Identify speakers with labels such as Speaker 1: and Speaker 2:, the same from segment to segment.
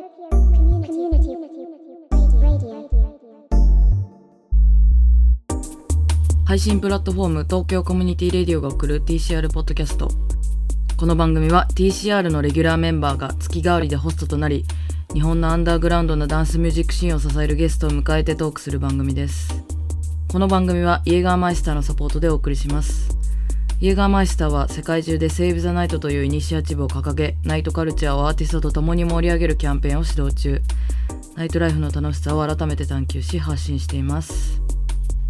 Speaker 1: Community Radio.
Speaker 2: 配信プラットフォーム東京コミュニティレディオが送る TCR ポッドキャストこの番組は TCR のレギュラーメンバーが月替わりでホストとなり日本のアンダーグラウンドなダンスミュージックシーンを支えるゲストを迎えてトークする番組ですこの番組はイエガーマイスターのサポートでお送りしますイエガーマイスターは世界中で「セーブ・ザ・ナイト」というイニシアチブを掲げナイトカルチャーをアーティストと共に盛り上げるキャンペーンを指導中ナイトライフの楽しさを改めて探求し発信しています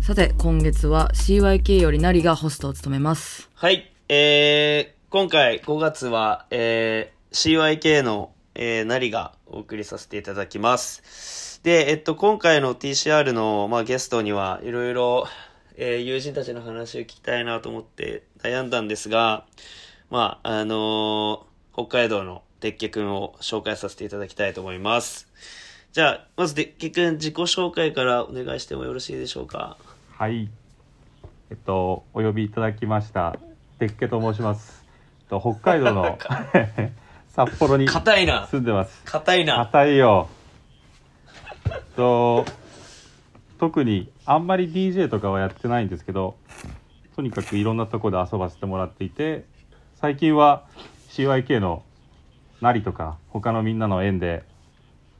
Speaker 2: さて今月は CYK よりなりがホストを務めます
Speaker 3: はい、えー、今回5月は、えー、CYK の、えー、なりがお送りさせていただきます。で、えっと、今回の TCR の、まあ、ゲストにはいろいろ、えー友人たちの話を聞きたいなと思って悩んだんですが、まあ、あのー北海道の鉄家くんを紹介させていただきたいと思います。じゃあ、まず鉄家くん自己紹介からお願いしてもよろしいでしょうか。
Speaker 4: はい。えっと、お呼びいただきました。てっけと申します。えっと、北海道の 札幌に住
Speaker 3: 硬いな。
Speaker 4: んでます。
Speaker 3: 硬いな。
Speaker 4: 硬いよ。えっと、特にあんまり DJ とかはやってないんですけど、とにかくいろんなとこで遊ばせてもらっていて、最近は CYK のなりとか、他のみんなの縁で、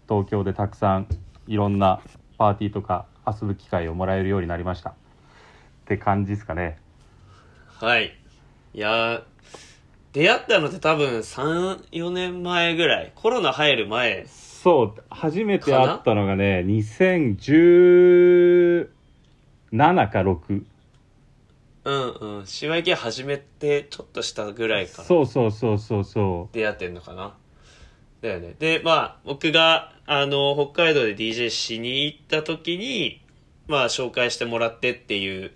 Speaker 4: 東京でたくさんいろんなパーティーとか遊ぶ機会をもらえるようになりました。って感じですかね。
Speaker 3: はい。いやー、出会ったのって多分3、4年前ぐらい。コロナ入る前。
Speaker 4: そう、初めて会ったのがね、2017か6。
Speaker 3: うんうん。島行き始めてちょっとしたぐらいから
Speaker 4: そうそうそうそうそ
Speaker 3: 出会ってんのかな。だよね。で、まあ、僕が、あの、北海道で DJ しに行った時に、まあ、紹介してもらってっていう、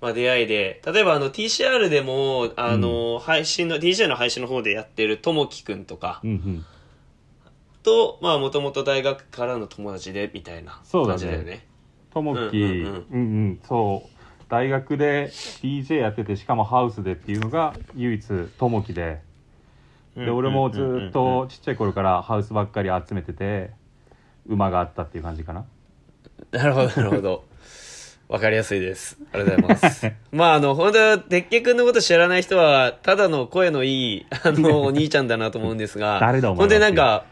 Speaker 3: まあ、出会いで、例えば、あの、TCR でも、あの、配信の、DJ の配信の方でやってるともきくんとか
Speaker 4: う。うんうん。
Speaker 3: と、まあ、もともと大学からの友達で、みたいな
Speaker 4: そうだ
Speaker 3: 感
Speaker 4: ね
Speaker 3: じだよね。
Speaker 4: ともき、う
Speaker 3: うん
Speaker 4: ん
Speaker 3: うん
Speaker 4: うん、そう。大学で DJ やってて、しかもハウスでっていうのが唯一ともきで。で、俺もずっとちっちゃい頃からハウスばっかり集めてて、馬があったっていう感じかな。
Speaker 3: なるほど、なるほど。わかりやすいです。ありがとうござい ます。まあ、あの、本当は、でっけくんのこと知らない人は、ただの声のいい、あ の、お兄ちゃんだなと思うんですが、
Speaker 4: 誰だお前は
Speaker 3: 本当になんか、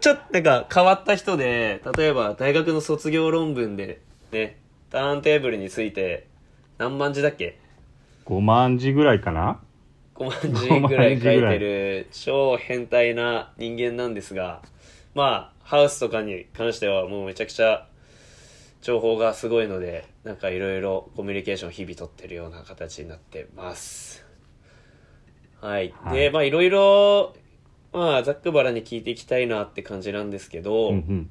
Speaker 3: ちょっとなんか 変わった人で、例えば大学の卒業論文で、ね、ターンテーブルについて、何万字だっけ
Speaker 4: 5万字ぐらいかな
Speaker 3: 5万字ぐらい書いてる超変態な人間なんですがまあハウスとかに関してはもうめちゃくちゃ情報がすごいのでなんかいろいろコミュニケーションを日々取ってるような形になってますはい、
Speaker 4: はい
Speaker 3: でまあいろいろまあざっくばらんに聞いていきたいなって感じなんですけど、
Speaker 4: うんうん。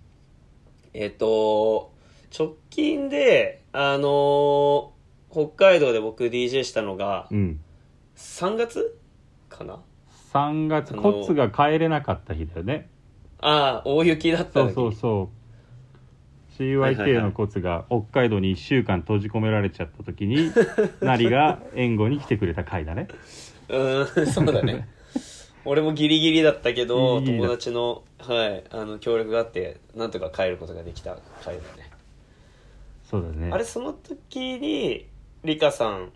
Speaker 3: えっと、直近で、あのー北海道で僕 DJ したのが
Speaker 4: う、ん。
Speaker 3: 3月かな
Speaker 4: 3月、
Speaker 3: あの
Speaker 4: コツが帰れなかった日だよね。
Speaker 3: ああ、大雪だった
Speaker 4: そ
Speaker 3: ん
Speaker 4: う
Speaker 3: だ
Speaker 4: そうそう。CYK のコツが北海道に1週間閉じ込められちゃった時 に、なりが援護に来てくれた回だね。
Speaker 3: うーん、そうだね。俺もギリギリだったけど、
Speaker 4: ギリギリ
Speaker 3: 友
Speaker 4: だ
Speaker 3: 達の、はい、あの、協力があって、なんとか帰ることができた回だね。
Speaker 4: そうだね。
Speaker 3: あれ、その時に、リカさん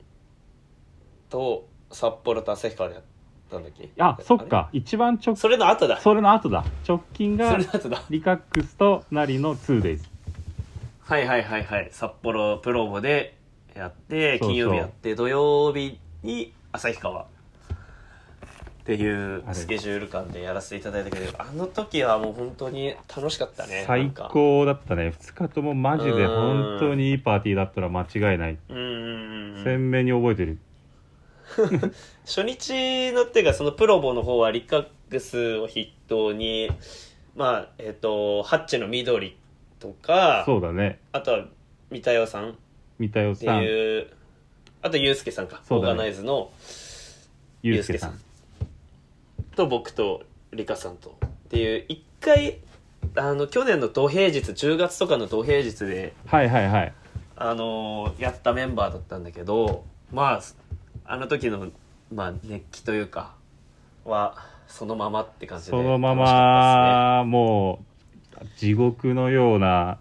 Speaker 3: と札幌と旭川でやったんだっけ
Speaker 4: あ、そっ。か。一番直
Speaker 3: れ、それの後だ。そ
Speaker 4: それの後だ。直近が
Speaker 3: れの後だ。
Speaker 4: リカックスとなりの 2days。
Speaker 3: はいはいはいはい。札幌プロボでやって、
Speaker 4: そうそう
Speaker 3: 金曜日やって、土曜日に旭川。っていう
Speaker 4: あれ
Speaker 3: スケジュール感でやらせていただいたけど、あの時はもう本当に楽しかったね。な
Speaker 4: 最
Speaker 3: んか。
Speaker 4: 高だったね。2日ともマジで
Speaker 3: うん
Speaker 4: 本当にいいパーティーだったら間違いない。
Speaker 3: うんうんうんうん。
Speaker 4: 鮮明に覚えてる。
Speaker 3: 初日のっていうか、そのプロボの方はリカックスを筆頭に、まあ、えっ、と、ハッチの緑とか、
Speaker 4: そうだね。
Speaker 3: あとは三田代さんっ
Speaker 4: 三田代
Speaker 3: て
Speaker 4: さん、
Speaker 3: いう、あとユうスケさんか、
Speaker 4: そ
Speaker 3: オ
Speaker 4: う
Speaker 3: ー
Speaker 4: だね
Speaker 3: ガナイズの、
Speaker 4: ゆうすけさ
Speaker 3: ゆ
Speaker 4: ん
Speaker 3: う。と僕とリカさんとっていう一回あの去年の土平日10月とかの土平日で、
Speaker 4: はいはいはい。
Speaker 3: あのーやったメンバーだったんだけどまああの時の、まあ、熱気というかはそのままって感じで
Speaker 4: そのま
Speaker 3: 楽しかっ
Speaker 4: まもう地獄のような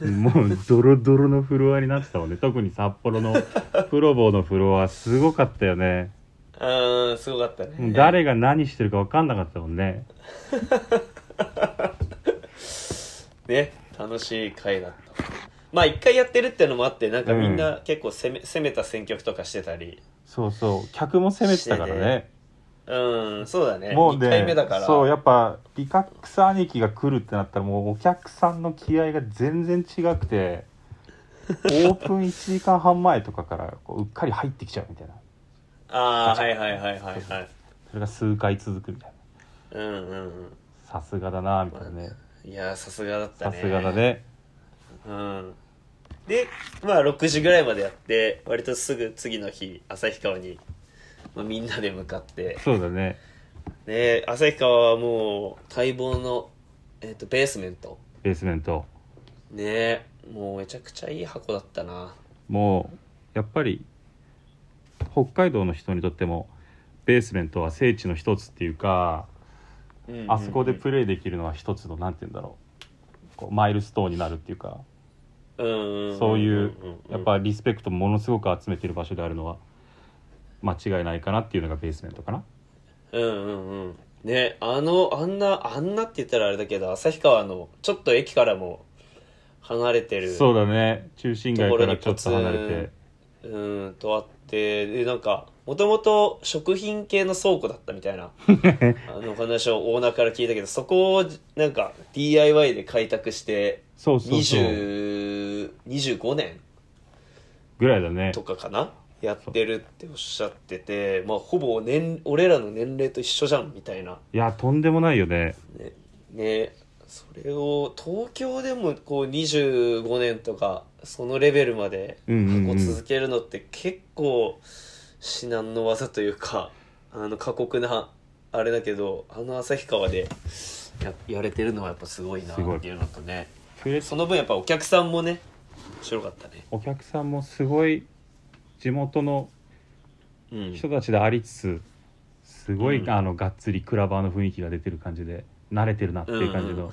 Speaker 4: もうドロドロのフロアになってたもんね特に札幌のプロボのフロアすごかったよね
Speaker 3: たですねうーんすごかったね
Speaker 4: 誰が何してるか分かんなかったもんね
Speaker 3: ね楽しい回だったまあ一回やってるってのもあってなんかみんな結構攻め,、攻めた選曲とかしてたり
Speaker 4: そうそう客も攻めてたからね
Speaker 3: うんそうだね
Speaker 4: もう
Speaker 3: 2回目
Speaker 4: ね
Speaker 3: だから
Speaker 4: そうやっぱリカックス兄貴が来るってなったらもうお客さんの気合が全然違くて オープン1時間半前とかからこううっかり入ってきちゃうみたいな
Speaker 3: ああはいはいはいはいはい
Speaker 4: それが数回続くみたい
Speaker 3: うんうんうん
Speaker 4: なさすがだなみたいなね
Speaker 3: いやーさすがだった
Speaker 4: さ
Speaker 3: ね
Speaker 4: すがだね
Speaker 3: うんでまあ6時ぐらいまでやって割とすぐ次の日旭川に、まあ、みんなで向かって
Speaker 4: そうだね
Speaker 3: ね旭川はもう待望の、えっとベースメント
Speaker 4: ベースメント
Speaker 3: ねもうめちゃくちゃいい箱だったな
Speaker 4: もうやっぱり北海道の人にとってもベースメントは聖地の一つっていうか
Speaker 3: うんうんうん
Speaker 4: あそこでプレイできるのは一つのなんて言うんだろうこうマイルストーンになるっていうか
Speaker 3: うんうんんん
Speaker 4: そういうやっぱ
Speaker 3: り
Speaker 4: リスペクトものすごく集めてる場所であるのは間違いないかなっていうのがベースメントかな
Speaker 3: うんうんうんねあのあんなあんなって言ったらあれだけど旭川のちょっと駅からも離れてる
Speaker 4: そうだね中心街からちょっと
Speaker 3: と
Speaker 4: 離
Speaker 3: ころに
Speaker 4: れ
Speaker 3: ポうんとあってでなんかもともと食品系の倉庫だったみたい な
Speaker 4: て
Speaker 3: あのお話をオーナーから聞いたけどそこをなんか DIY で開拓して
Speaker 4: そうそうそう
Speaker 3: 20 25年
Speaker 4: ぐらいだね
Speaker 3: とかかなやってるっておっしゃってて、まあ、ほぼ年俺らの年齢と一緒じゃんみたいない
Speaker 4: やとんでもないよね
Speaker 3: ねねそれを東京でもこう25年とかそのレベルまで
Speaker 4: うんうんう
Speaker 3: こ
Speaker 4: ん
Speaker 3: う続けるのって結構至難の業というかあの過酷なあれだけどあの旭川でややれてるのはやっぱすごいな
Speaker 4: すごい
Speaker 3: っていうのとね
Speaker 4: プレス
Speaker 3: その分やっぱお客さんもね面白かったね、
Speaker 4: お客さんもすごい地元の
Speaker 3: うん、
Speaker 4: 人たちでありつつすごい、
Speaker 3: うん
Speaker 4: あのがっつりクラバーの雰囲気が出てる感じで慣れてるなっていう感じの、
Speaker 3: うんうん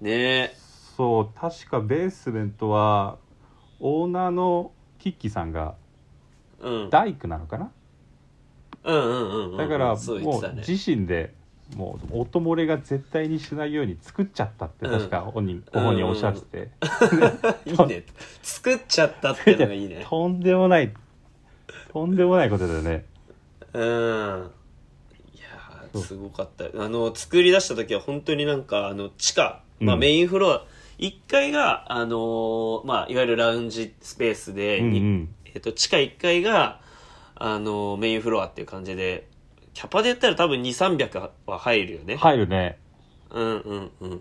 Speaker 3: ね
Speaker 4: そう確かベースメントはオーナーのキッキさんが
Speaker 3: うん
Speaker 4: 大工なのかな、
Speaker 3: うんうんうんうん
Speaker 4: だから
Speaker 3: そう言
Speaker 4: も
Speaker 3: ってた
Speaker 4: う
Speaker 3: ね
Speaker 4: 自身でもう音漏れが絶対にしないように作っちゃったって
Speaker 3: うん
Speaker 4: 確か本人、ご本人おっしゃってて、
Speaker 3: いいね作っちゃったっていうのが いいね
Speaker 4: とんでもないとんでもないことだよね
Speaker 3: うんいやー
Speaker 4: そう
Speaker 3: すごかったあの作り出した時は本当になんかあの地下、まあ、
Speaker 4: うん
Speaker 3: メインフロア、一1階が、あのーまあ、いわゆるラウンジスペースで、
Speaker 4: うんう
Speaker 3: に
Speaker 4: ん
Speaker 3: えっと地下1階が、あのーメインフロアっていう感じでキャパで言ったら多分2300は入るよね
Speaker 4: 入るね
Speaker 3: うんうんうん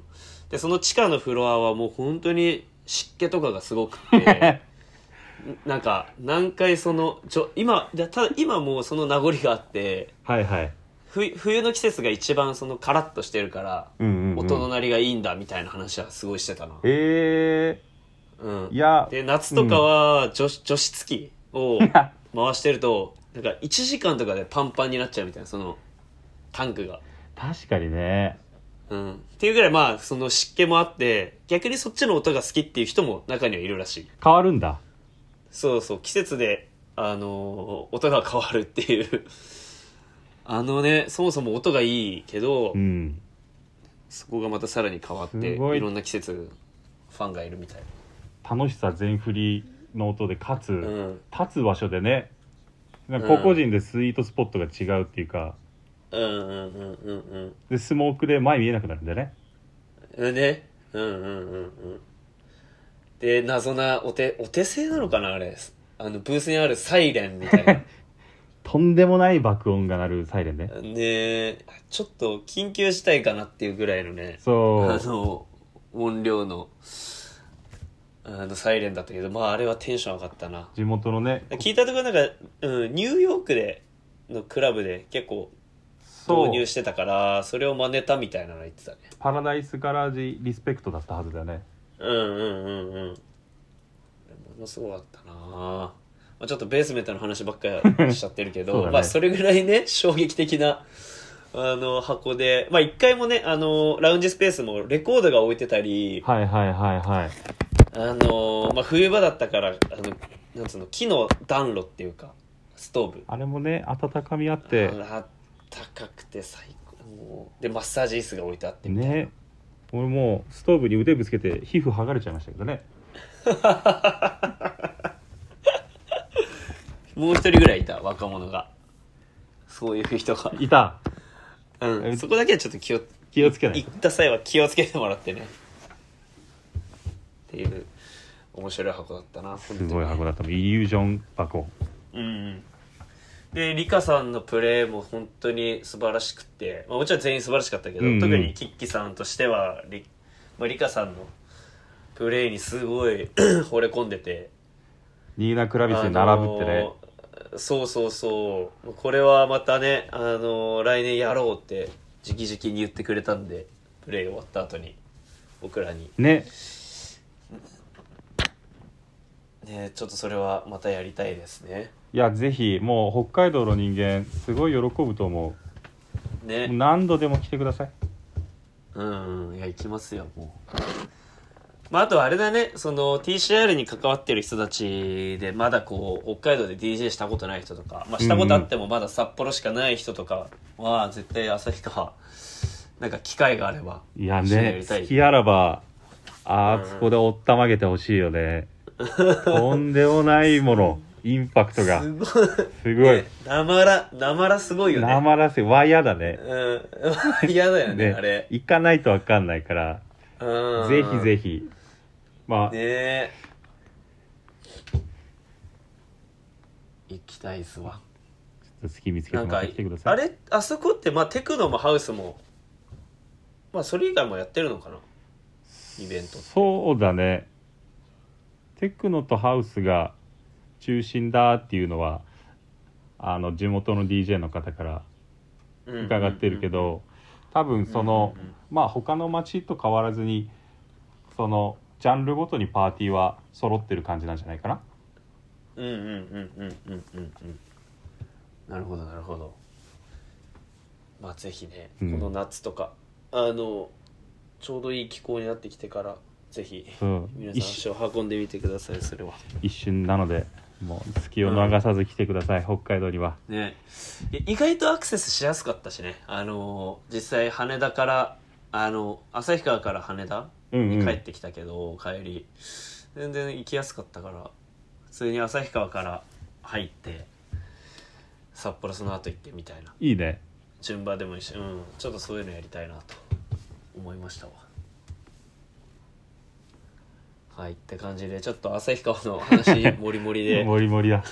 Speaker 3: でその地下のフロアはもう本当に湿気とかがすごく てなんか何回そのちょ今だただ今もうその名残があって
Speaker 4: はいはい、
Speaker 3: ふ冬の季節が一番そのカラッとしてるから
Speaker 4: うんうんうん、
Speaker 3: 音の鳴りがいいんだみたいな話はすごいしてたな、
Speaker 4: え
Speaker 3: うん
Speaker 4: ー、い、や
Speaker 3: で夏とかは除除湿機を回してるとなんか1時間とかでパンパンになっちゃうみたいなそのタンクが
Speaker 4: 確かにね
Speaker 3: うん、っていうぐらいまあその湿気もあって逆にそっちの音が好きっていう人も中にはいるらしい
Speaker 4: 変わるんだ
Speaker 3: そうそう季節であのー音が変わるっていうあのねそもそも音がいいけど、
Speaker 4: うん
Speaker 3: そこがまたさらに変わって
Speaker 4: す
Speaker 3: い
Speaker 4: ごい
Speaker 3: ろんな季節ファンがいるみたい
Speaker 4: 楽しさ全振りの音でかつ、
Speaker 3: なうん
Speaker 4: 立つ場所でねなんか
Speaker 3: うん
Speaker 4: 個々人でスイートスポットが違うっていうか、
Speaker 3: うんうんうんうん
Speaker 4: でスモークで前見えなくなるんだよね
Speaker 3: うんねうんうんうんうんで謎なお手お手製なのかなあれあのブースにあるサイレンみたい な
Speaker 4: とんでもない爆音が鳴るサイレンね
Speaker 3: でちょっと緊急事態かなっていうぐらいのね
Speaker 4: そ
Speaker 3: あ
Speaker 4: う
Speaker 3: の音量のあのサイレンだったけどまああれはテンション上がったな
Speaker 4: 地元のね
Speaker 3: 聞いたところなんか、うん、ニューヨークでのクラブで結構
Speaker 4: そ
Speaker 3: 導
Speaker 4: う
Speaker 3: 入してたからそれを真似たみたいなの言ってたね
Speaker 4: パラダイスガラージリスペクトだったはずだよね
Speaker 3: うんうんうんうんものすごかったなま あちょっとベースメントの話ばっかりしちゃってるけ
Speaker 4: そ
Speaker 3: ど、
Speaker 4: うだね
Speaker 3: まあそれぐらいね衝撃的なあの、箱で、まあ、一回もね、あの、ラウンジスペースもレコードが置いてたり、
Speaker 4: はいはいはいはい。
Speaker 3: あの、まあ、冬場だったから、あの、なんつうの、木の暖炉っていうか、ストーブ。
Speaker 4: あれもね、温かみあって、
Speaker 3: ああったかくて最高。もうで、マッサージ椅子が置いてあってみたいな。
Speaker 4: ね。俺もうストーブに腕ぶつけて皮膚剥がれちゃいましたけどね。
Speaker 3: もう一人ぐらいいた、若者が。そういう人が。
Speaker 4: いた。
Speaker 3: うん。そこだけはちょっと気を、
Speaker 4: 気をつけない
Speaker 3: 行った際は気をつけてもらってね。っていう、面白い箱だったな、す
Speaker 4: すごい箱だった。イリュージョン箱。
Speaker 3: うんでリカさんのプレーも本当に素晴らしくて、まあ、もちろん全員素晴らしかったけど、
Speaker 4: うんうん
Speaker 3: 特にキッキさんとしてはリ,、まあ、リカさんのプレーにすごい 惚れ込んでて
Speaker 4: ニーナ・クラビスに並ぶってね。
Speaker 3: あのーそうそうそうこれはまたね、あのー来年やろうって直々に言ってくれたんでプレー終わった後に僕らに、
Speaker 4: ね。
Speaker 3: ね、ちょっとそれはまたやりたいですね
Speaker 4: いや、ぜひ、もう北海道の人間、すごい喜ぶと思う。
Speaker 3: ね
Speaker 4: 何度でも来てください。
Speaker 3: うん、いや、行きますよ、もう。まあ、あとはあれだね、その TCR に関わってる人たちで、まだこう、北海道で DJ したことない人とか、まあ、したことあってもまだ札幌しかない人とかは、絶対旭川、なんか機会があれば、
Speaker 4: いや
Speaker 3: 一緒にや
Speaker 4: ね
Speaker 3: り、たい
Speaker 4: 好きあらば、あ
Speaker 3: うん
Speaker 4: そこでおったまげてほしい よね。とんでもないもの、インパクトが。
Speaker 3: すごい。
Speaker 4: すごい。
Speaker 3: なまら、なまらすごいよね。
Speaker 4: 生らせ、ワイヤだね。
Speaker 3: うん。 嫌だよね、あれ。
Speaker 4: 行かないとわかんないから、
Speaker 3: うん。
Speaker 4: ぜひぜひ。ま
Speaker 3: ね
Speaker 4: あ、
Speaker 3: え。行きたいっすわ。
Speaker 4: 好き見つけ
Speaker 3: な
Speaker 4: て
Speaker 3: ん
Speaker 4: もらっ
Speaker 3: か
Speaker 4: てきてください。
Speaker 3: あれあそこってまあテクノもハウスもまあそれ以外もやってるのかなイベント
Speaker 4: そうだねテクノとハウスが中心だっていうのはあの地元の DJ の方から伺ってるけど、多分その、
Speaker 3: うんうんうん
Speaker 4: まあ他の町と変わらずにそのジャンルごとにパーティーは揃ってる感じなんじゃないかな
Speaker 3: うんうんうんうんうんうんうんなるほどなるほどまあぜひね、
Speaker 4: うん
Speaker 3: この夏とかあのちょうどいい気候になってきてからぜひ
Speaker 4: そう
Speaker 3: 皆さん
Speaker 4: 一瞬
Speaker 3: 足を運んでみてくださいそれは
Speaker 4: 一瞬なのでもう隙を逃さず来てください、北海道には
Speaker 3: ねいや意外とアクセスしやすかったしねあの実際羽田からあの旭川から羽田
Speaker 4: うんうん
Speaker 3: に帰ってきたけど、帰り全然行きやすかったから普通に旭川から入って札幌その後行ってみたいない
Speaker 4: いね
Speaker 3: 順番でもいいし、うん、ちょっとそういうのやりたいなと思いましたわはいって感じでちょっと旭川の話もりもり で
Speaker 4: もりもりだ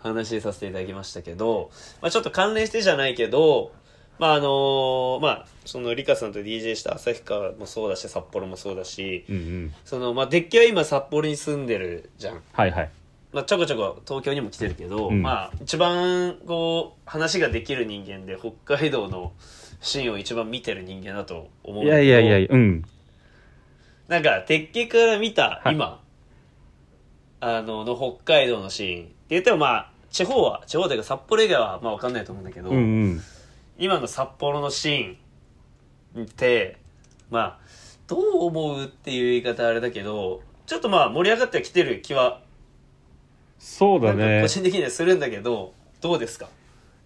Speaker 3: 話させていただきましたけど、まあ、ちょっと関連してじゃないけど、まああのまあ、そのリカさんと DJ した旭川もそうだし札幌もそうだし
Speaker 4: うんうん
Speaker 3: その、まあ、デッキは今札幌に住んでるじゃん、
Speaker 4: はいはい
Speaker 3: まあ、ちょこちょこ東京にも来てるけど、
Speaker 4: うん
Speaker 3: まあ、一番こう話ができる人間で北海道のシーンを一番見てる人間だと思うん
Speaker 4: い
Speaker 3: だ
Speaker 4: や
Speaker 3: けど
Speaker 4: いやいやうん
Speaker 3: なんか鉄器から見た
Speaker 4: はい
Speaker 3: 今、あのの北海道のシーンって言ってもまあ地方は地方というか札幌以外はまあ分かんないと思うんだけど、
Speaker 4: うんうん
Speaker 3: 今の札幌のシーンってまあどう思うっていう言い方はあれだけどちょっとまあ盛り上がってきてる気は
Speaker 4: そう
Speaker 3: な
Speaker 4: だ
Speaker 3: んか
Speaker 4: ね
Speaker 3: 個人的にはするんだけどどうですか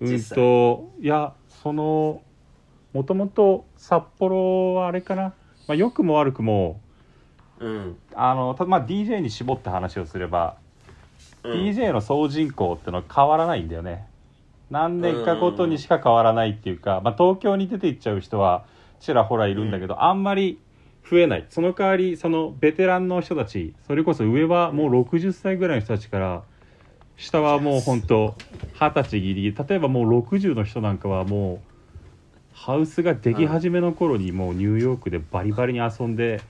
Speaker 4: うん
Speaker 3: 実際
Speaker 4: といやそのもともと札幌はあれかな、まあ、良くも悪くも
Speaker 3: うん、
Speaker 4: あのたまあ DJ に絞って話をすれば、
Speaker 3: うん
Speaker 4: DJ の総人口ってのは変わらないんだよね何年かごとにしか変わらないっていうか、まあ、東京に出て行っちゃう人はちらほらいるんだけど、あんまり増えないその代わりそのベテランの人たちそれこそ上はもう60歳ぐらいの人たちから下はもう本当二十歳ギリギリ例えばもう60の人なんかはもうハウスができ始めの頃にもうニューヨークでバリバリに遊んで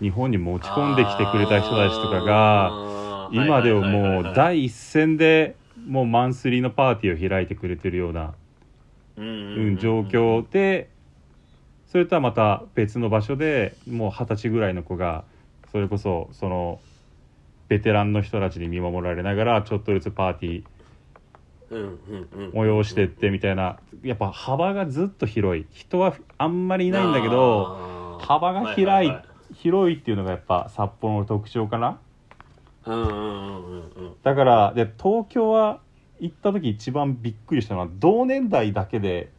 Speaker 4: 日本に持ち込んできてくれた人たちとかが。
Speaker 3: が
Speaker 4: 今ではもう第一線でもうマンスリーのパーティーを開いてくれてるような、うん、状況でそれとはまた別の場所でもう二十歳ぐらいの子がそれこそそのベテランの人たちに見守られながらちょっとずつパーティー
Speaker 3: うんうんうん
Speaker 4: 催してってみたいなやっぱ幅がずっと広い人はあんまりいないんだけど
Speaker 3: あー
Speaker 4: 幅が広い,、
Speaker 3: はは
Speaker 4: 広いっていうのがやっぱ札幌の特徴かな
Speaker 3: はいうんうんうんうんうん
Speaker 4: だからで東京は行った時一番びっくりしたのは同年代だけで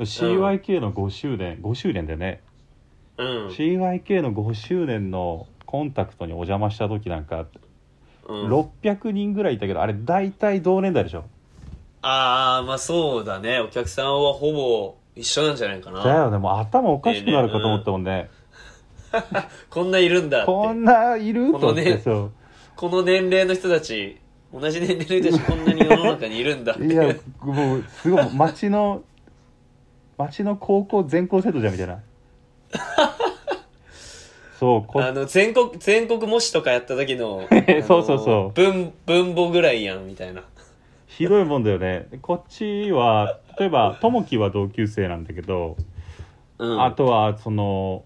Speaker 4: CYK の5周年、5周年でね、
Speaker 3: うん
Speaker 4: CYK の5周年のコンタクトにお邪魔した時なんか
Speaker 3: うん
Speaker 4: 600人ぐらいいたけどあれ大体同年代でしょ
Speaker 3: ああまあそうだねお客さんはほぼ一緒なんじゃないか
Speaker 4: だ
Speaker 3: な
Speaker 4: よねもう頭おかしくなるかと思ったもんね
Speaker 3: こんないるんだって
Speaker 4: こんないる
Speaker 3: こ
Speaker 4: と
Speaker 3: の
Speaker 4: 思っ
Speaker 3: ね
Speaker 4: てそ
Speaker 3: この年齢の人たち同じ年齢の人たちこんなに世の中にいるんだっ
Speaker 4: ういや
Speaker 3: て
Speaker 4: もうすごい町の町の高校全校生徒じゃんみた いなそうこ
Speaker 3: あの全国全国模試とかやった時の
Speaker 4: そうそうそう
Speaker 3: あの文文母ぐらいやんみたいな
Speaker 4: ひどいもんだよねこっちは例えばともきは同級生なんだけど
Speaker 3: うん
Speaker 4: あとはその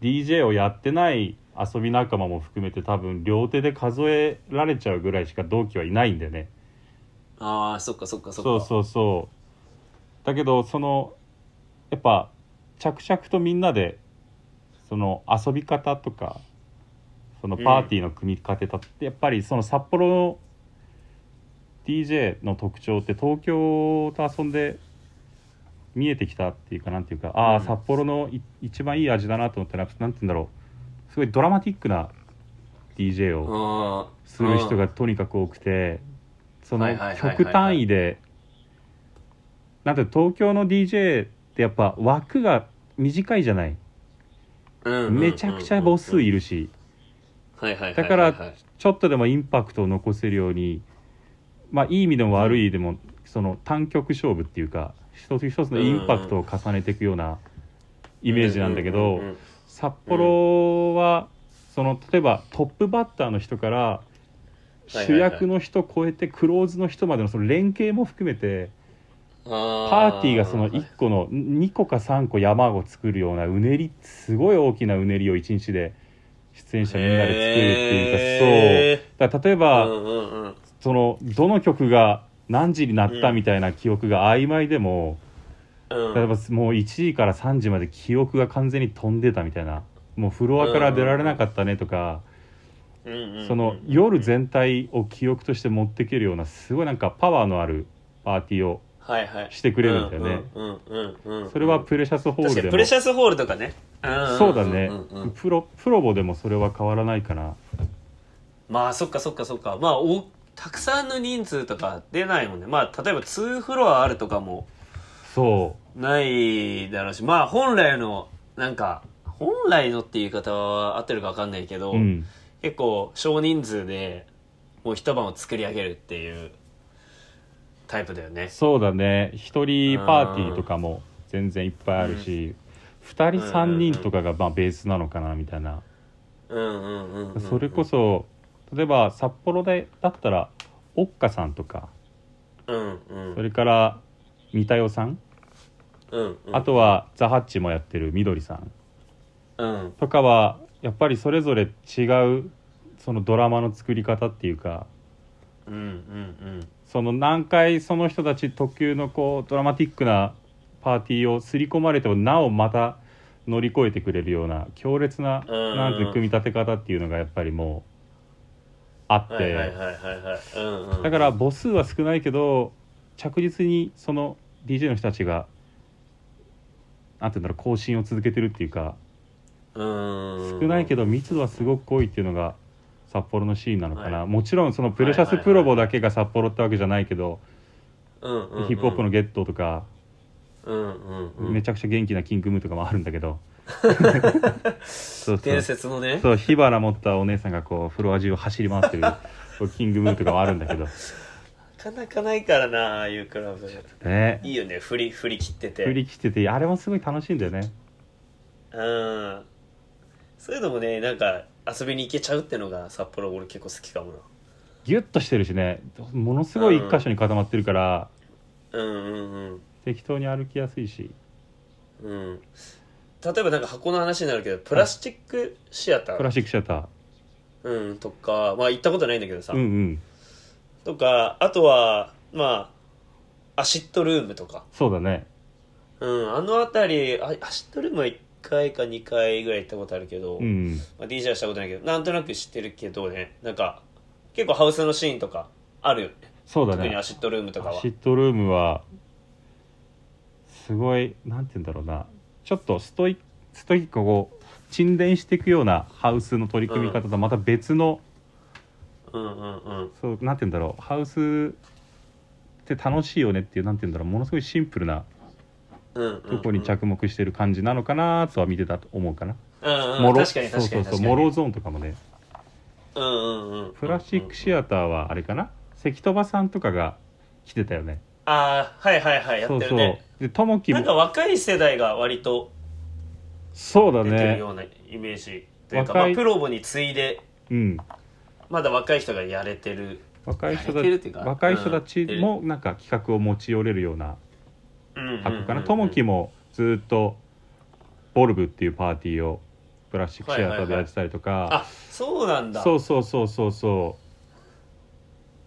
Speaker 4: DJ をやってない遊び仲間も含めて多分両手で数えられちゃうぐらいしか同期はいないんでね
Speaker 3: ああそっかそっかそっか
Speaker 4: そうそうそうだけどそのやっぱ着々とみんなでその遊び方とかそのパーティーの組み立てたってやっぱりその札幌の DJ の特徴って東京と遊んで見えてきたっていうかなんていうかああ
Speaker 3: うん
Speaker 4: 札幌のい一番いい味だなと思ったらなんて言うんだろうすごいドラマティックな DJ を
Speaker 3: あー
Speaker 4: する人がとにかく多くてそ
Speaker 3: は
Speaker 4: の
Speaker 3: いはいはいはいはい
Speaker 4: 極単位でなんて東京の DJ ってやっぱ枠が短いじゃないめちゃくちゃ母数い
Speaker 3: る
Speaker 4: るし
Speaker 3: だ
Speaker 4: だからちょっとでもインパクトを残せるようにまあいい意味でも悪い意味でもその単曲勝負っていうか一つ一つのインパクトを重ねていくようなイメージなんだけど。札幌は、その例えばトップバッターの人から
Speaker 3: いはいはい
Speaker 4: 主役の人超えてクローズの人までのその連携も含めてパーティーがその1個の2個か3個山を作るようなうねりすごい大きなうねりを1日で出演者みんなで作るっていうかそうだから例えば、
Speaker 3: うんうんうん
Speaker 4: そのどの曲が何時になった
Speaker 3: うん
Speaker 4: みたいな記憶が曖昧でも、
Speaker 3: うん
Speaker 4: 例えばもう1時から3時まで記憶が完全に飛んでたみたいなもうフロアから出られなかったねとか、
Speaker 3: うんうん
Speaker 4: その夜全体を記憶として持っていけるようなすごいなんかパワーのあるパーティーを
Speaker 3: はいはい
Speaker 4: してくれるんだよね。
Speaker 3: うんうんうんうん
Speaker 4: それはプレシャスホール
Speaker 3: 確か
Speaker 4: で
Speaker 3: に
Speaker 4: も
Speaker 3: プレシャスホールとかねんんんんん
Speaker 4: そうだね
Speaker 3: うんうん
Speaker 4: プロプロボでもそれは変わらないかな
Speaker 3: まあそっかそっかそっかまあおたくさんの人数とか出ないもんねまあ例えば2フロアあるとかも
Speaker 4: そ
Speaker 3: ないだろうしまあ本来のなんか本来のっていう言い方は合ってるか分かんないけど、
Speaker 4: う、うん、
Speaker 3: 結構少人数でもう一晩を作り上げるっていうタイプだよね
Speaker 4: そうだね一人パーティーとかも全然いっぱいあるし、二人三人とかがまあベースなのかなみたいな、
Speaker 3: うんうんうん、うん、
Speaker 4: それこそ例えば札幌でだったらおっかさんとか
Speaker 3: うんうん
Speaker 4: それから三田代さん、
Speaker 3: うんうん
Speaker 4: あとはザ・ハッチもやってるみどりさん
Speaker 3: うん
Speaker 4: とかはやっぱりそれぞれ違うそのドラマの作り方っていうか
Speaker 3: うんうん
Speaker 4: その何回その人たち特有のこうドラマティックなパーティーを刷り込まれてもなおまた乗り越えてくれるような強烈な
Speaker 3: うん
Speaker 4: なんていう組み立て方っていうのがやっぱりもうあ
Speaker 3: うん
Speaker 4: っ
Speaker 3: はいはい
Speaker 4: て
Speaker 3: はいはいはいうんうん
Speaker 4: だから母数は少ないけど着実にその DJ の人たちがなんていうんだろう更新を続けてるっていうか
Speaker 3: うん
Speaker 4: 少ないけど密度はすごく濃いっていうのが札幌のシーンなのかな、
Speaker 3: はい
Speaker 4: もちろんそのプレシャスプロボだけが札幌ってわけじゃないけど、
Speaker 3: うんうんうん
Speaker 4: ヒップホップのゲットとか、
Speaker 3: うんうんうん
Speaker 4: めちゃくちゃ元気なキングムーとかもあるんだけどそうそう
Speaker 3: 伝説のね
Speaker 4: そう火花持ったお姉さんがこうフロア中を走り回ってるこうキングムーとかもあるんだけど
Speaker 3: なかなかないからなああいうクラブ
Speaker 4: ね
Speaker 3: いいよね振り振り切ってて
Speaker 4: 振り切っててあれもすごい楽しいんだよね
Speaker 3: うんそういうのもねなんか遊びに行けちゃうってのが札幌俺結構好きかもな
Speaker 4: ギュッとしてるしねものすごい一箇所に固まってるから、
Speaker 3: うんうんうん
Speaker 4: 適当に歩きやすいし
Speaker 3: うん例えばなんか箱の話になるけどプラスチックシアタ
Speaker 4: プラ
Speaker 3: ー、
Speaker 4: スチックシャッタ
Speaker 3: うん、とかまあ行ったことないんだけどさ、
Speaker 4: ーうんうん
Speaker 3: とかあとはまあアシットルームとか。
Speaker 4: そうだね
Speaker 3: うん、あのあたり、あアシットルームは1回か2回ぐらい行ったことあるけど、
Speaker 4: うん
Speaker 3: まあ、DJ はしたことないけど、なんとなく知ってるけどね、なんか、結構ハウスのシーンとかあるよね。
Speaker 4: そうだ
Speaker 3: 特に
Speaker 4: ね
Speaker 3: アシットルームとか
Speaker 4: ア
Speaker 3: は
Speaker 4: シ。ットルームはすごいなんて言うんだろうなちょっとストイックストイックをこう沈殿していくようなハウスの取り組み方とまた別の、
Speaker 3: うんうんうん。
Speaker 4: そうなんて言うんだろうハウスって楽しいよねっていうなんて言うんだろうものすごいシンプルな
Speaker 3: うんうんうん、
Speaker 4: とこに着目してる感じなのかなとは見てたと思うかな、
Speaker 3: うんうん、
Speaker 4: モロ
Speaker 3: 確かに確かに
Speaker 4: そ
Speaker 3: 確
Speaker 4: うそうそ
Speaker 3: か
Speaker 4: う
Speaker 3: に
Speaker 4: モロゾーンとかもね
Speaker 3: うんうんうん
Speaker 4: プラスチックシアターはあれかな関戸場さんとかが来てたよね
Speaker 3: ああはいはいはいやってるね
Speaker 4: そうそうでともき
Speaker 3: なんか
Speaker 4: も
Speaker 3: 若い世代が割と
Speaker 4: そうだ
Speaker 3: 出てる
Speaker 4: ね
Speaker 3: ようなイメージというか、ま
Speaker 4: 若
Speaker 3: あ、
Speaker 4: い
Speaker 3: プロボに次いで
Speaker 4: うん
Speaker 3: まだ若い人がやれてる
Speaker 4: 若い人
Speaker 3: やれてるっていう
Speaker 4: た
Speaker 3: か
Speaker 4: 若い人たちもなんか企画を持ち寄れるような箱かなともき
Speaker 3: も
Speaker 4: もずっとボルブっていうパーティーをプラスチックシアターでやってたりとか、
Speaker 3: あそうなんだ
Speaker 4: そうそうそうそうそう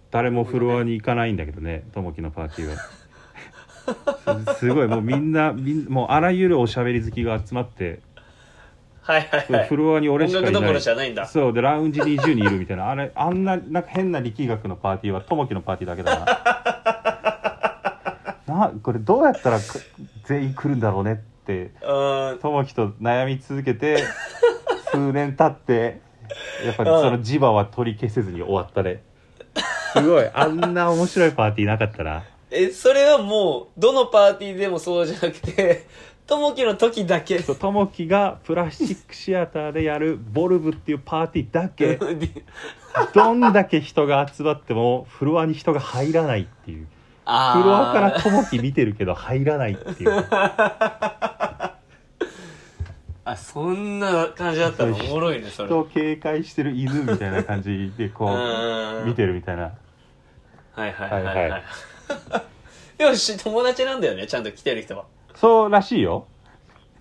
Speaker 4: 誰もフロアに行かないんだけどねともきのパーティー はすすごいもうみんなみんもうあらゆるおしゃべり好きが集まって
Speaker 3: はいはいはい
Speaker 4: フロアに俺
Speaker 3: 音
Speaker 4: しかいな
Speaker 3: 楽
Speaker 4: い
Speaker 3: どころじゃないんだ
Speaker 4: そうでラウンジに20人いるみたいなあれあんななんか変な力学のパーティーはともきのパーティーだけだ ななこれどうやったらく全員来るんだろうねって
Speaker 3: うーん
Speaker 4: ともきと悩み続 けて数年経ってやっぱりその磁場は取り消せずに終わったねすごいあんな面白いパーティーなかったな
Speaker 3: えそれはもうどのパーティーでもそうじゃなくて ともきの時だけ
Speaker 4: そうともきがプラスチックシアターでやるボルブっていうパーティーだけ どんだけ人が集まってもフロアに人が入らないっていう
Speaker 3: あー
Speaker 4: フロアからともき見てるけど入らないっていう
Speaker 3: あそんな感じだったの
Speaker 4: そう
Speaker 3: おもろいね それ
Speaker 4: 人を警戒してる犬みたいな感じでこ
Speaker 3: うん
Speaker 4: う見てるみたいな
Speaker 3: はいはいはいはい、
Speaker 4: はいはい
Speaker 3: でもし友達なんだよねちゃんと来てる人は
Speaker 4: そうらしいよ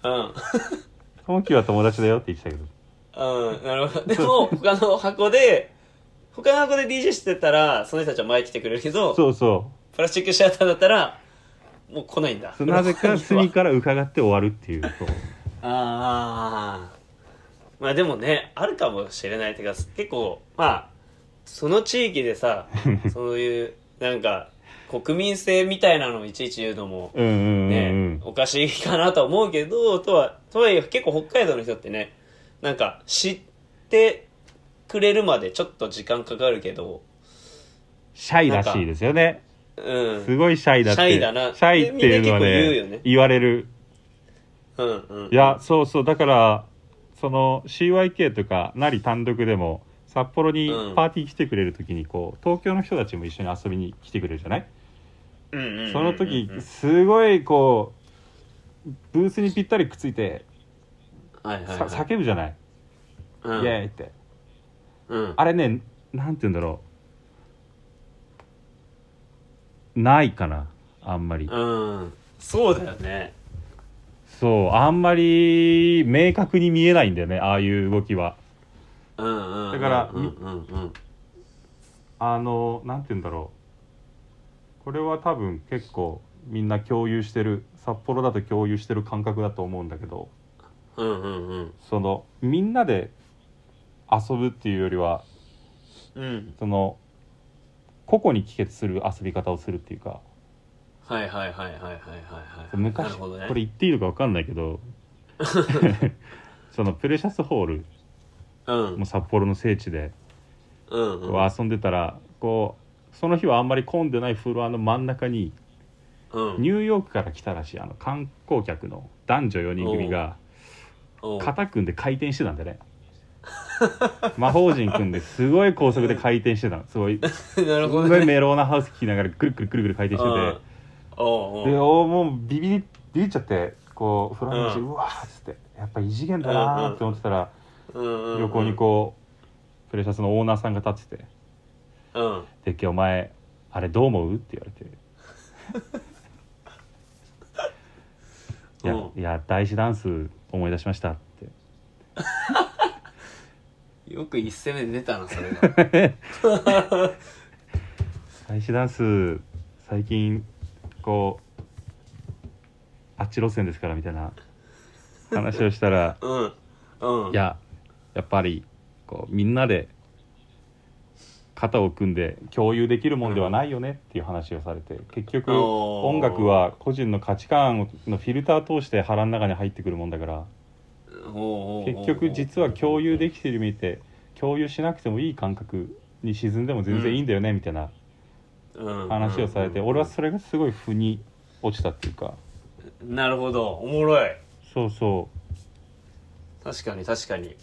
Speaker 3: うん
Speaker 4: ともきは友達だよって言ってたけど
Speaker 3: うん、なるほど。でも、他の箱で、他の箱で DJ してたら、その人たちは前来てくれるけど、
Speaker 4: そうそ
Speaker 3: プラスチックシアターだったら、もう来ないんだ。
Speaker 4: うなぜか隅から伺って終わるっていうそう
Speaker 3: ああ。まあでもね、あるかもしれないってか、結構、まあ、その地域で さ、そういう、なんか、国民性みたいなのをいちいち言うのも、
Speaker 4: うんうんうんう
Speaker 3: ね、
Speaker 4: ん、
Speaker 3: おかしいかなとは思うけど、とは、とはいえ結構北海道の人ってね、なんか知ってくれるまでちょっと時間かかるけど、
Speaker 4: シャイらしいですよね
Speaker 3: うん。
Speaker 4: すごいシャイだって
Speaker 3: シャイだな
Speaker 4: シャイっていうのは
Speaker 3: みんな結構言う
Speaker 4: ね
Speaker 3: よね
Speaker 4: 言われる
Speaker 3: うんうん。
Speaker 4: いやそうそうだからその CYK とかなり単独でも札幌に
Speaker 3: うん
Speaker 4: パーティー来てくれる時にこう東京の人たちも一緒に遊びに来てくれるじゃない
Speaker 3: うんうんうんうん
Speaker 4: その時すごいこうブースにぴったりくっついて
Speaker 3: はいはい
Speaker 4: さ
Speaker 3: はい。
Speaker 4: 叫ぶじゃない
Speaker 3: う
Speaker 4: イエ
Speaker 3: ん
Speaker 4: ーイって
Speaker 3: うん。
Speaker 4: あれねなんて言うんだろうないかなあんまり
Speaker 3: うん。そうだよね。
Speaker 4: そうあんまり明確に見えないんだよねああいう動きは
Speaker 3: うんうんうん。
Speaker 4: だから
Speaker 3: うんうんうん。
Speaker 4: あのなんて言うんだろうこれは多分結構みんな共有してる札幌だと共有してる感覚だと思うんだけど
Speaker 3: うんうんうん。
Speaker 4: そのみんなで遊ぶっていうよりは
Speaker 3: うん。
Speaker 4: その個々に帰結する遊び方をするっていうか
Speaker 3: はいはいはいはいはいはい。な
Speaker 4: 昔、
Speaker 3: るほどね。
Speaker 4: これ言っていいのか分かんないけ どそのプレシャスホール
Speaker 3: うん
Speaker 4: も。札幌の聖地で
Speaker 3: うんうん。
Speaker 4: こう遊んでたらこうその日はあんまり混んでないフロアの真ん中に
Speaker 3: うん。
Speaker 4: ニューヨークから来たらしいあの観光客の男女4人組が
Speaker 3: おう
Speaker 4: 肩組んで回転してたんだよね魔法陣組んですごい高速で回転してたのす ごいす
Speaker 3: なるほ
Speaker 4: ご
Speaker 3: ど
Speaker 4: い
Speaker 3: ね。
Speaker 4: メローなハウス聞きながらぐるぐるぐるぐる回転してて。
Speaker 3: おう
Speaker 4: で
Speaker 3: おう。
Speaker 4: おーもうビビりビビっちゃってこうフランチ、
Speaker 3: う
Speaker 4: うんわーっつってやっぱ異次元だなーって思ってたら、
Speaker 3: うんうんうん
Speaker 4: 横にこうプレシャスのオーナーさんが立ってて
Speaker 3: うん。
Speaker 4: 「でっけお前あれどう思う?」って言われて「いや,、
Speaker 3: うん
Speaker 4: いや大師ダンス思い出しました」って
Speaker 3: よく一戦目で出たな、それが。
Speaker 4: 「大師ダンス最近こうあっち路線ですからみたいな話をしたら
Speaker 3: うんうん
Speaker 4: いややっぱりこうみんなで肩を組んで共有できるもんではないよねっていう話をされて結局
Speaker 3: おー
Speaker 4: 音楽は個人の価値観のフィルター通して腹の中に入ってくるもんだから
Speaker 3: おうおうおうおう
Speaker 4: 結局実は共有できてるみて共有しなくてもいい感覚に沈んでも全然いいんだよねみたいな
Speaker 3: うん
Speaker 4: 話をされて
Speaker 3: うん
Speaker 4: 俺はそれがすごい腑に落ちたっていうか
Speaker 3: なるほどおもろい
Speaker 4: そうそう
Speaker 3: 確かに確かに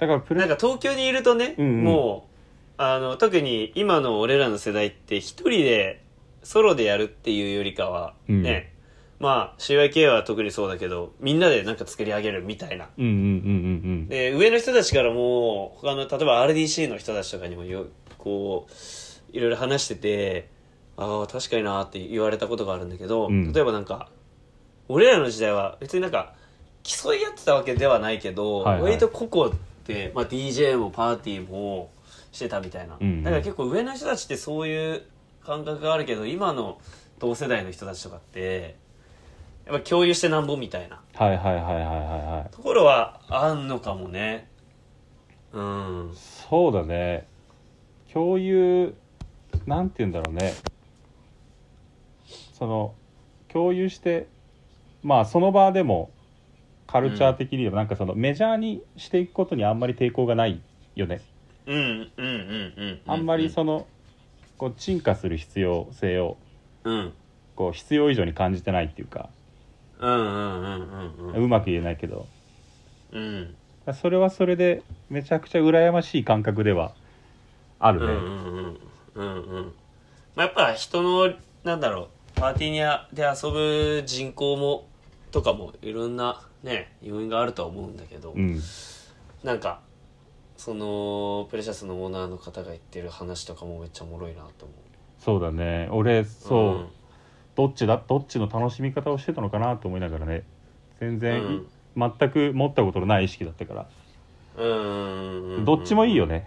Speaker 4: だからプレ
Speaker 3: なんか東京にいるとね、
Speaker 4: うんうん
Speaker 3: もうあの特に今の俺らの世代って一人でソロでやるっていうよりかは
Speaker 4: うん
Speaker 3: ね、まあ CYK は特にそうだけどみんなでなんか作り上げるみたいな
Speaker 4: うんうんうん
Speaker 3: で上の人たちからも他の例えば RDC の人たちとかにもよこういろいろ話しててああ確かになーって言われたことがあるんだけど、
Speaker 4: うん
Speaker 3: 例えばなんか俺らの時代は別になんか競い合ってたわけではないけど、
Speaker 4: はいは
Speaker 3: 割
Speaker 4: い
Speaker 3: と個々で、まあ、DJ もパーティーもしてたみたいな、
Speaker 4: うんうん
Speaker 3: だから結構上の人たちってそういう感覚があるけど今の同世代の人たちとかってやっぱ共有してなんぼみたいな
Speaker 4: うんはいはいはいはいはいはい
Speaker 3: ところはあんのかもねうん
Speaker 4: そうだね共有なんて言うんだろうねその共有してまあその場でもカルチャー的にはなんかそのメジャーにしていくことにあんまり抵抗がないよね、
Speaker 3: うんうんうんうん
Speaker 4: あんまりそのこう沈下する必要性を
Speaker 3: うん
Speaker 4: こう必要以上に感じてないっていうか、
Speaker 3: うんうんうんうんうん
Speaker 4: うまく言えないけど
Speaker 3: うん
Speaker 4: それはそれでめちゃくちゃ羨ましい感覚ではある
Speaker 3: うんう
Speaker 4: ね、
Speaker 3: んうんうんまあやっぱ人のなんだろうパーティーにあで遊ぶ人口もとかもいろんなね要因があるとは思うんだけど、
Speaker 4: うん
Speaker 3: なんかそのプレシャスのオーナーの方が言ってる話とかもめっちゃおもろいなと思
Speaker 4: そうだね俺
Speaker 3: う
Speaker 4: そう、どっちだどっちの楽しみ方をしてたのかなと思いながらね全然、
Speaker 3: うん
Speaker 4: 全く持ったことのない意識だったから、
Speaker 3: うんうんうんうん
Speaker 4: どっちもいいよね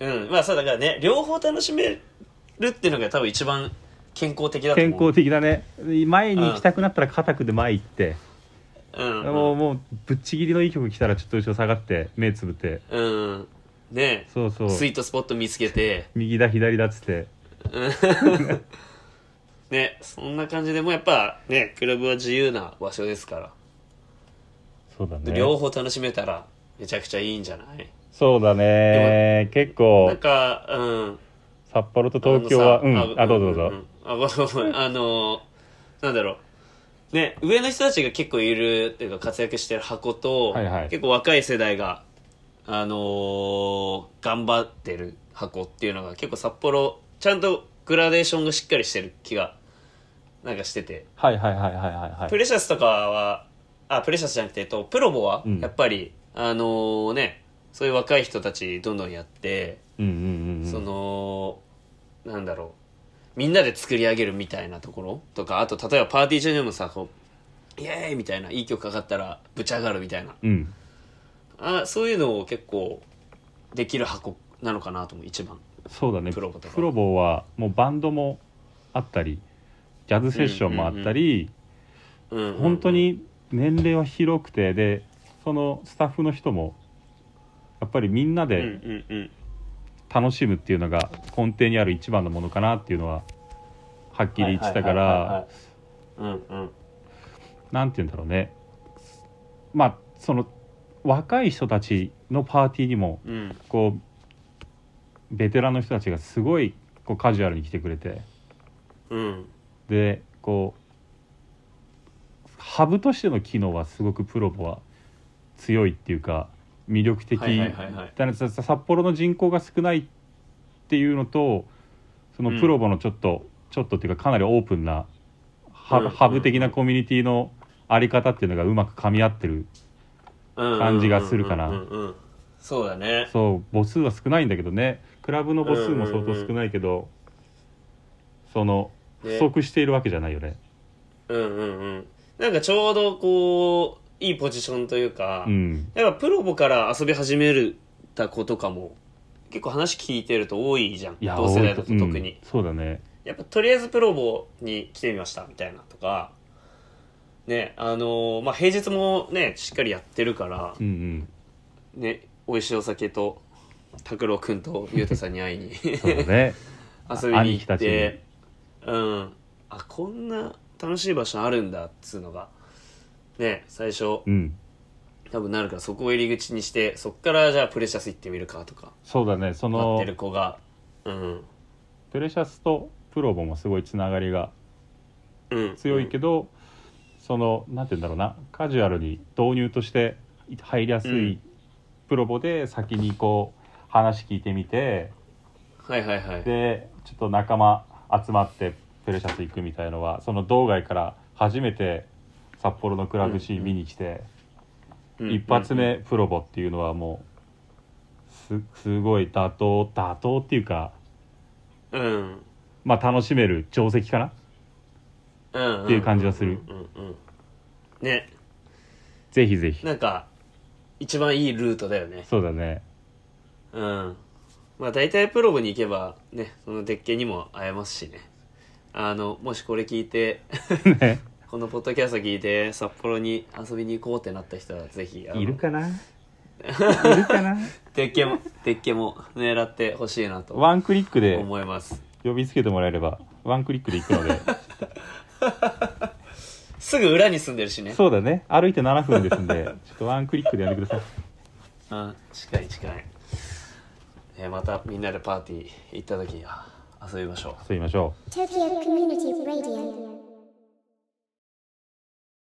Speaker 3: うん、まあそうだからね、両方楽しめるっていうのが多分一番健康的だと
Speaker 4: 健
Speaker 3: 思う。
Speaker 4: 康的だね前に行きたくなったら固くで前行って、
Speaker 3: うん、
Speaker 4: もうもうぶっちぎりのいい曲来たらちょっと後ろ下がって目つぶって
Speaker 3: うん。うん。ね
Speaker 4: そうそう
Speaker 3: スイートスポット見つけて、
Speaker 4: 右だ左だっつって
Speaker 3: ね、そんな感じでもうやっぱね、クラブは自由な場所ですから、
Speaker 4: そうだね
Speaker 3: 両方楽しめたらめちゃくちゃいいんじゃない
Speaker 4: そうだね結
Speaker 3: な
Speaker 4: 構
Speaker 3: んか、うん。
Speaker 4: 札幌と東京は
Speaker 3: あ
Speaker 4: う
Speaker 3: の
Speaker 4: ん
Speaker 3: さ
Speaker 4: あどうぞどうぞ、。
Speaker 3: あ、ごめんごめん。あの、なんだろう。ね、上の人たちが結構いるっていうか活躍してる箱と、
Speaker 4: はいはい
Speaker 3: 結構若い世代が、あのー頑張ってる箱っていうのが結構札幌、ちゃんとグラデーションがしっかりしてる気が、なんかしてて。
Speaker 4: はいはいはいはいはいはい
Speaker 3: プレシャスとかは、あ、プレシャスじゃなくて、えっと、プロボは
Speaker 4: うん、
Speaker 3: やっぱり、あのーね、そういう若い人たちどんどんやって、
Speaker 4: うんうんうんうん
Speaker 3: そのなんだろうみんなで作り上げるみたいなところとかあと例えばパーティー中にもさこうイエーイみたいないい曲かかったらぶち上がるみたいな
Speaker 4: うん
Speaker 3: あそういうのを結構できる箱なのかなと思う一番
Speaker 4: そうだね
Speaker 3: プロボとか
Speaker 4: プロボはもうバンドもあったりジャズセッションもあったり、
Speaker 3: うんうんうん
Speaker 4: 本当に年齢は広くてでそのスタッフの人もやっぱりみんな
Speaker 3: うんう
Speaker 4: で
Speaker 3: んうん
Speaker 4: 楽しむっていうのが根底にある一番のものかなっていうのははっきり言ってた
Speaker 3: はいは
Speaker 4: か
Speaker 3: い
Speaker 4: ら
Speaker 3: はいはいうんうん
Speaker 4: なんて言うんだろうねまあその若い人たちのパーティーにも
Speaker 3: うん
Speaker 4: こうベテランの人たちがすごいこうカジュアルに来てくれて
Speaker 3: うん
Speaker 4: でこうハブとしての機能はすごくプロボは強いっていうか魅力的
Speaker 3: はいはいはいはい
Speaker 4: だからさ札幌の人口が少ないっていうのとそのプロボのちょっと、ちょっとっていうかかなりオープンなハ,、
Speaker 3: うんうん
Speaker 4: ハブ的なコミュニティのあり方っていうのがうまく噛み合ってる感じがするかな
Speaker 3: うんうんうんうんそうだね
Speaker 4: そう母数は少ないんだけどねクラブの母数も相当少ないけど、その
Speaker 3: ね
Speaker 4: 不足しているわけじゃないよね。
Speaker 3: うんうんうんなんかちょうどこういいポジションというか、
Speaker 4: うん
Speaker 3: やっぱプロボから遊び始めるた子とかも結構話聞いてると多いじゃん
Speaker 4: いや
Speaker 3: 同世代だと特
Speaker 4: 多い
Speaker 3: に、
Speaker 4: うんそうだね
Speaker 3: やっぱとりあえずプロボに来てみましたみたいなとか、ね、あのーまあ、平日もね、しっかりやってるから、
Speaker 4: うんうん
Speaker 3: ね、美味しいお酒と、拓郎くんとゆうたさんに会いに
Speaker 4: そう だね
Speaker 3: 遊びに行
Speaker 4: 兄貴
Speaker 3: った
Speaker 4: ちに
Speaker 3: て、うん。あ、こんな楽しい場所あるんだっつうのが、ね、最初
Speaker 4: うん
Speaker 3: 多分なるからそこを入り口にして、そっからじゃあプレシャス行ってみるかとか、
Speaker 4: そうだねそ
Speaker 3: なっ
Speaker 4: の
Speaker 3: てる子が、うん。
Speaker 4: プレシャスとプロボもすごいつながりが
Speaker 3: うん、
Speaker 4: 強いけど、そのなんて言うんだろうなカジュアルに導入として入りやす
Speaker 3: う
Speaker 4: い
Speaker 3: ん
Speaker 4: プロボで先にこう話聞いてみて
Speaker 3: はいはいはい。
Speaker 4: でちょっと仲間集まってプレシャス行くみたいのはその道外から初めて札幌のクラブシーン見に来て、
Speaker 3: うん
Speaker 4: 一発目プロボっていうのはもうすすごい妥当妥当っていうか、
Speaker 3: うんうん
Speaker 4: まあ、楽しめる定石かな
Speaker 3: うん
Speaker 4: っていう感じはする
Speaker 3: うんうんうんね
Speaker 4: ぜひぜひ
Speaker 3: なんか一番いいルートだよね
Speaker 4: そう だね
Speaker 3: うんまあ大体プロボに行けばねその鉄拳にも会えますしねあのもしこれ聞いて
Speaker 4: ね
Speaker 3: このポッドキャスト聞いて札幌に遊びに行こうってなった人はぜひあの
Speaker 4: いるか ないるかな
Speaker 3: 鉄拳も鉄拳も狙ってほしいなと
Speaker 4: ワンクリックで
Speaker 3: 思います
Speaker 4: 呼びつけてもらえればワンクリックで行くので
Speaker 3: すぐ裏に住んでるし ね
Speaker 4: そうだね歩いて7分ですんでちょっとワンクリックでやってください
Speaker 3: あ近い近い、えーまたみんなでパーティー行った時に遊びましょう
Speaker 4: 遊びましょう
Speaker 1: Tokyo Community Radio.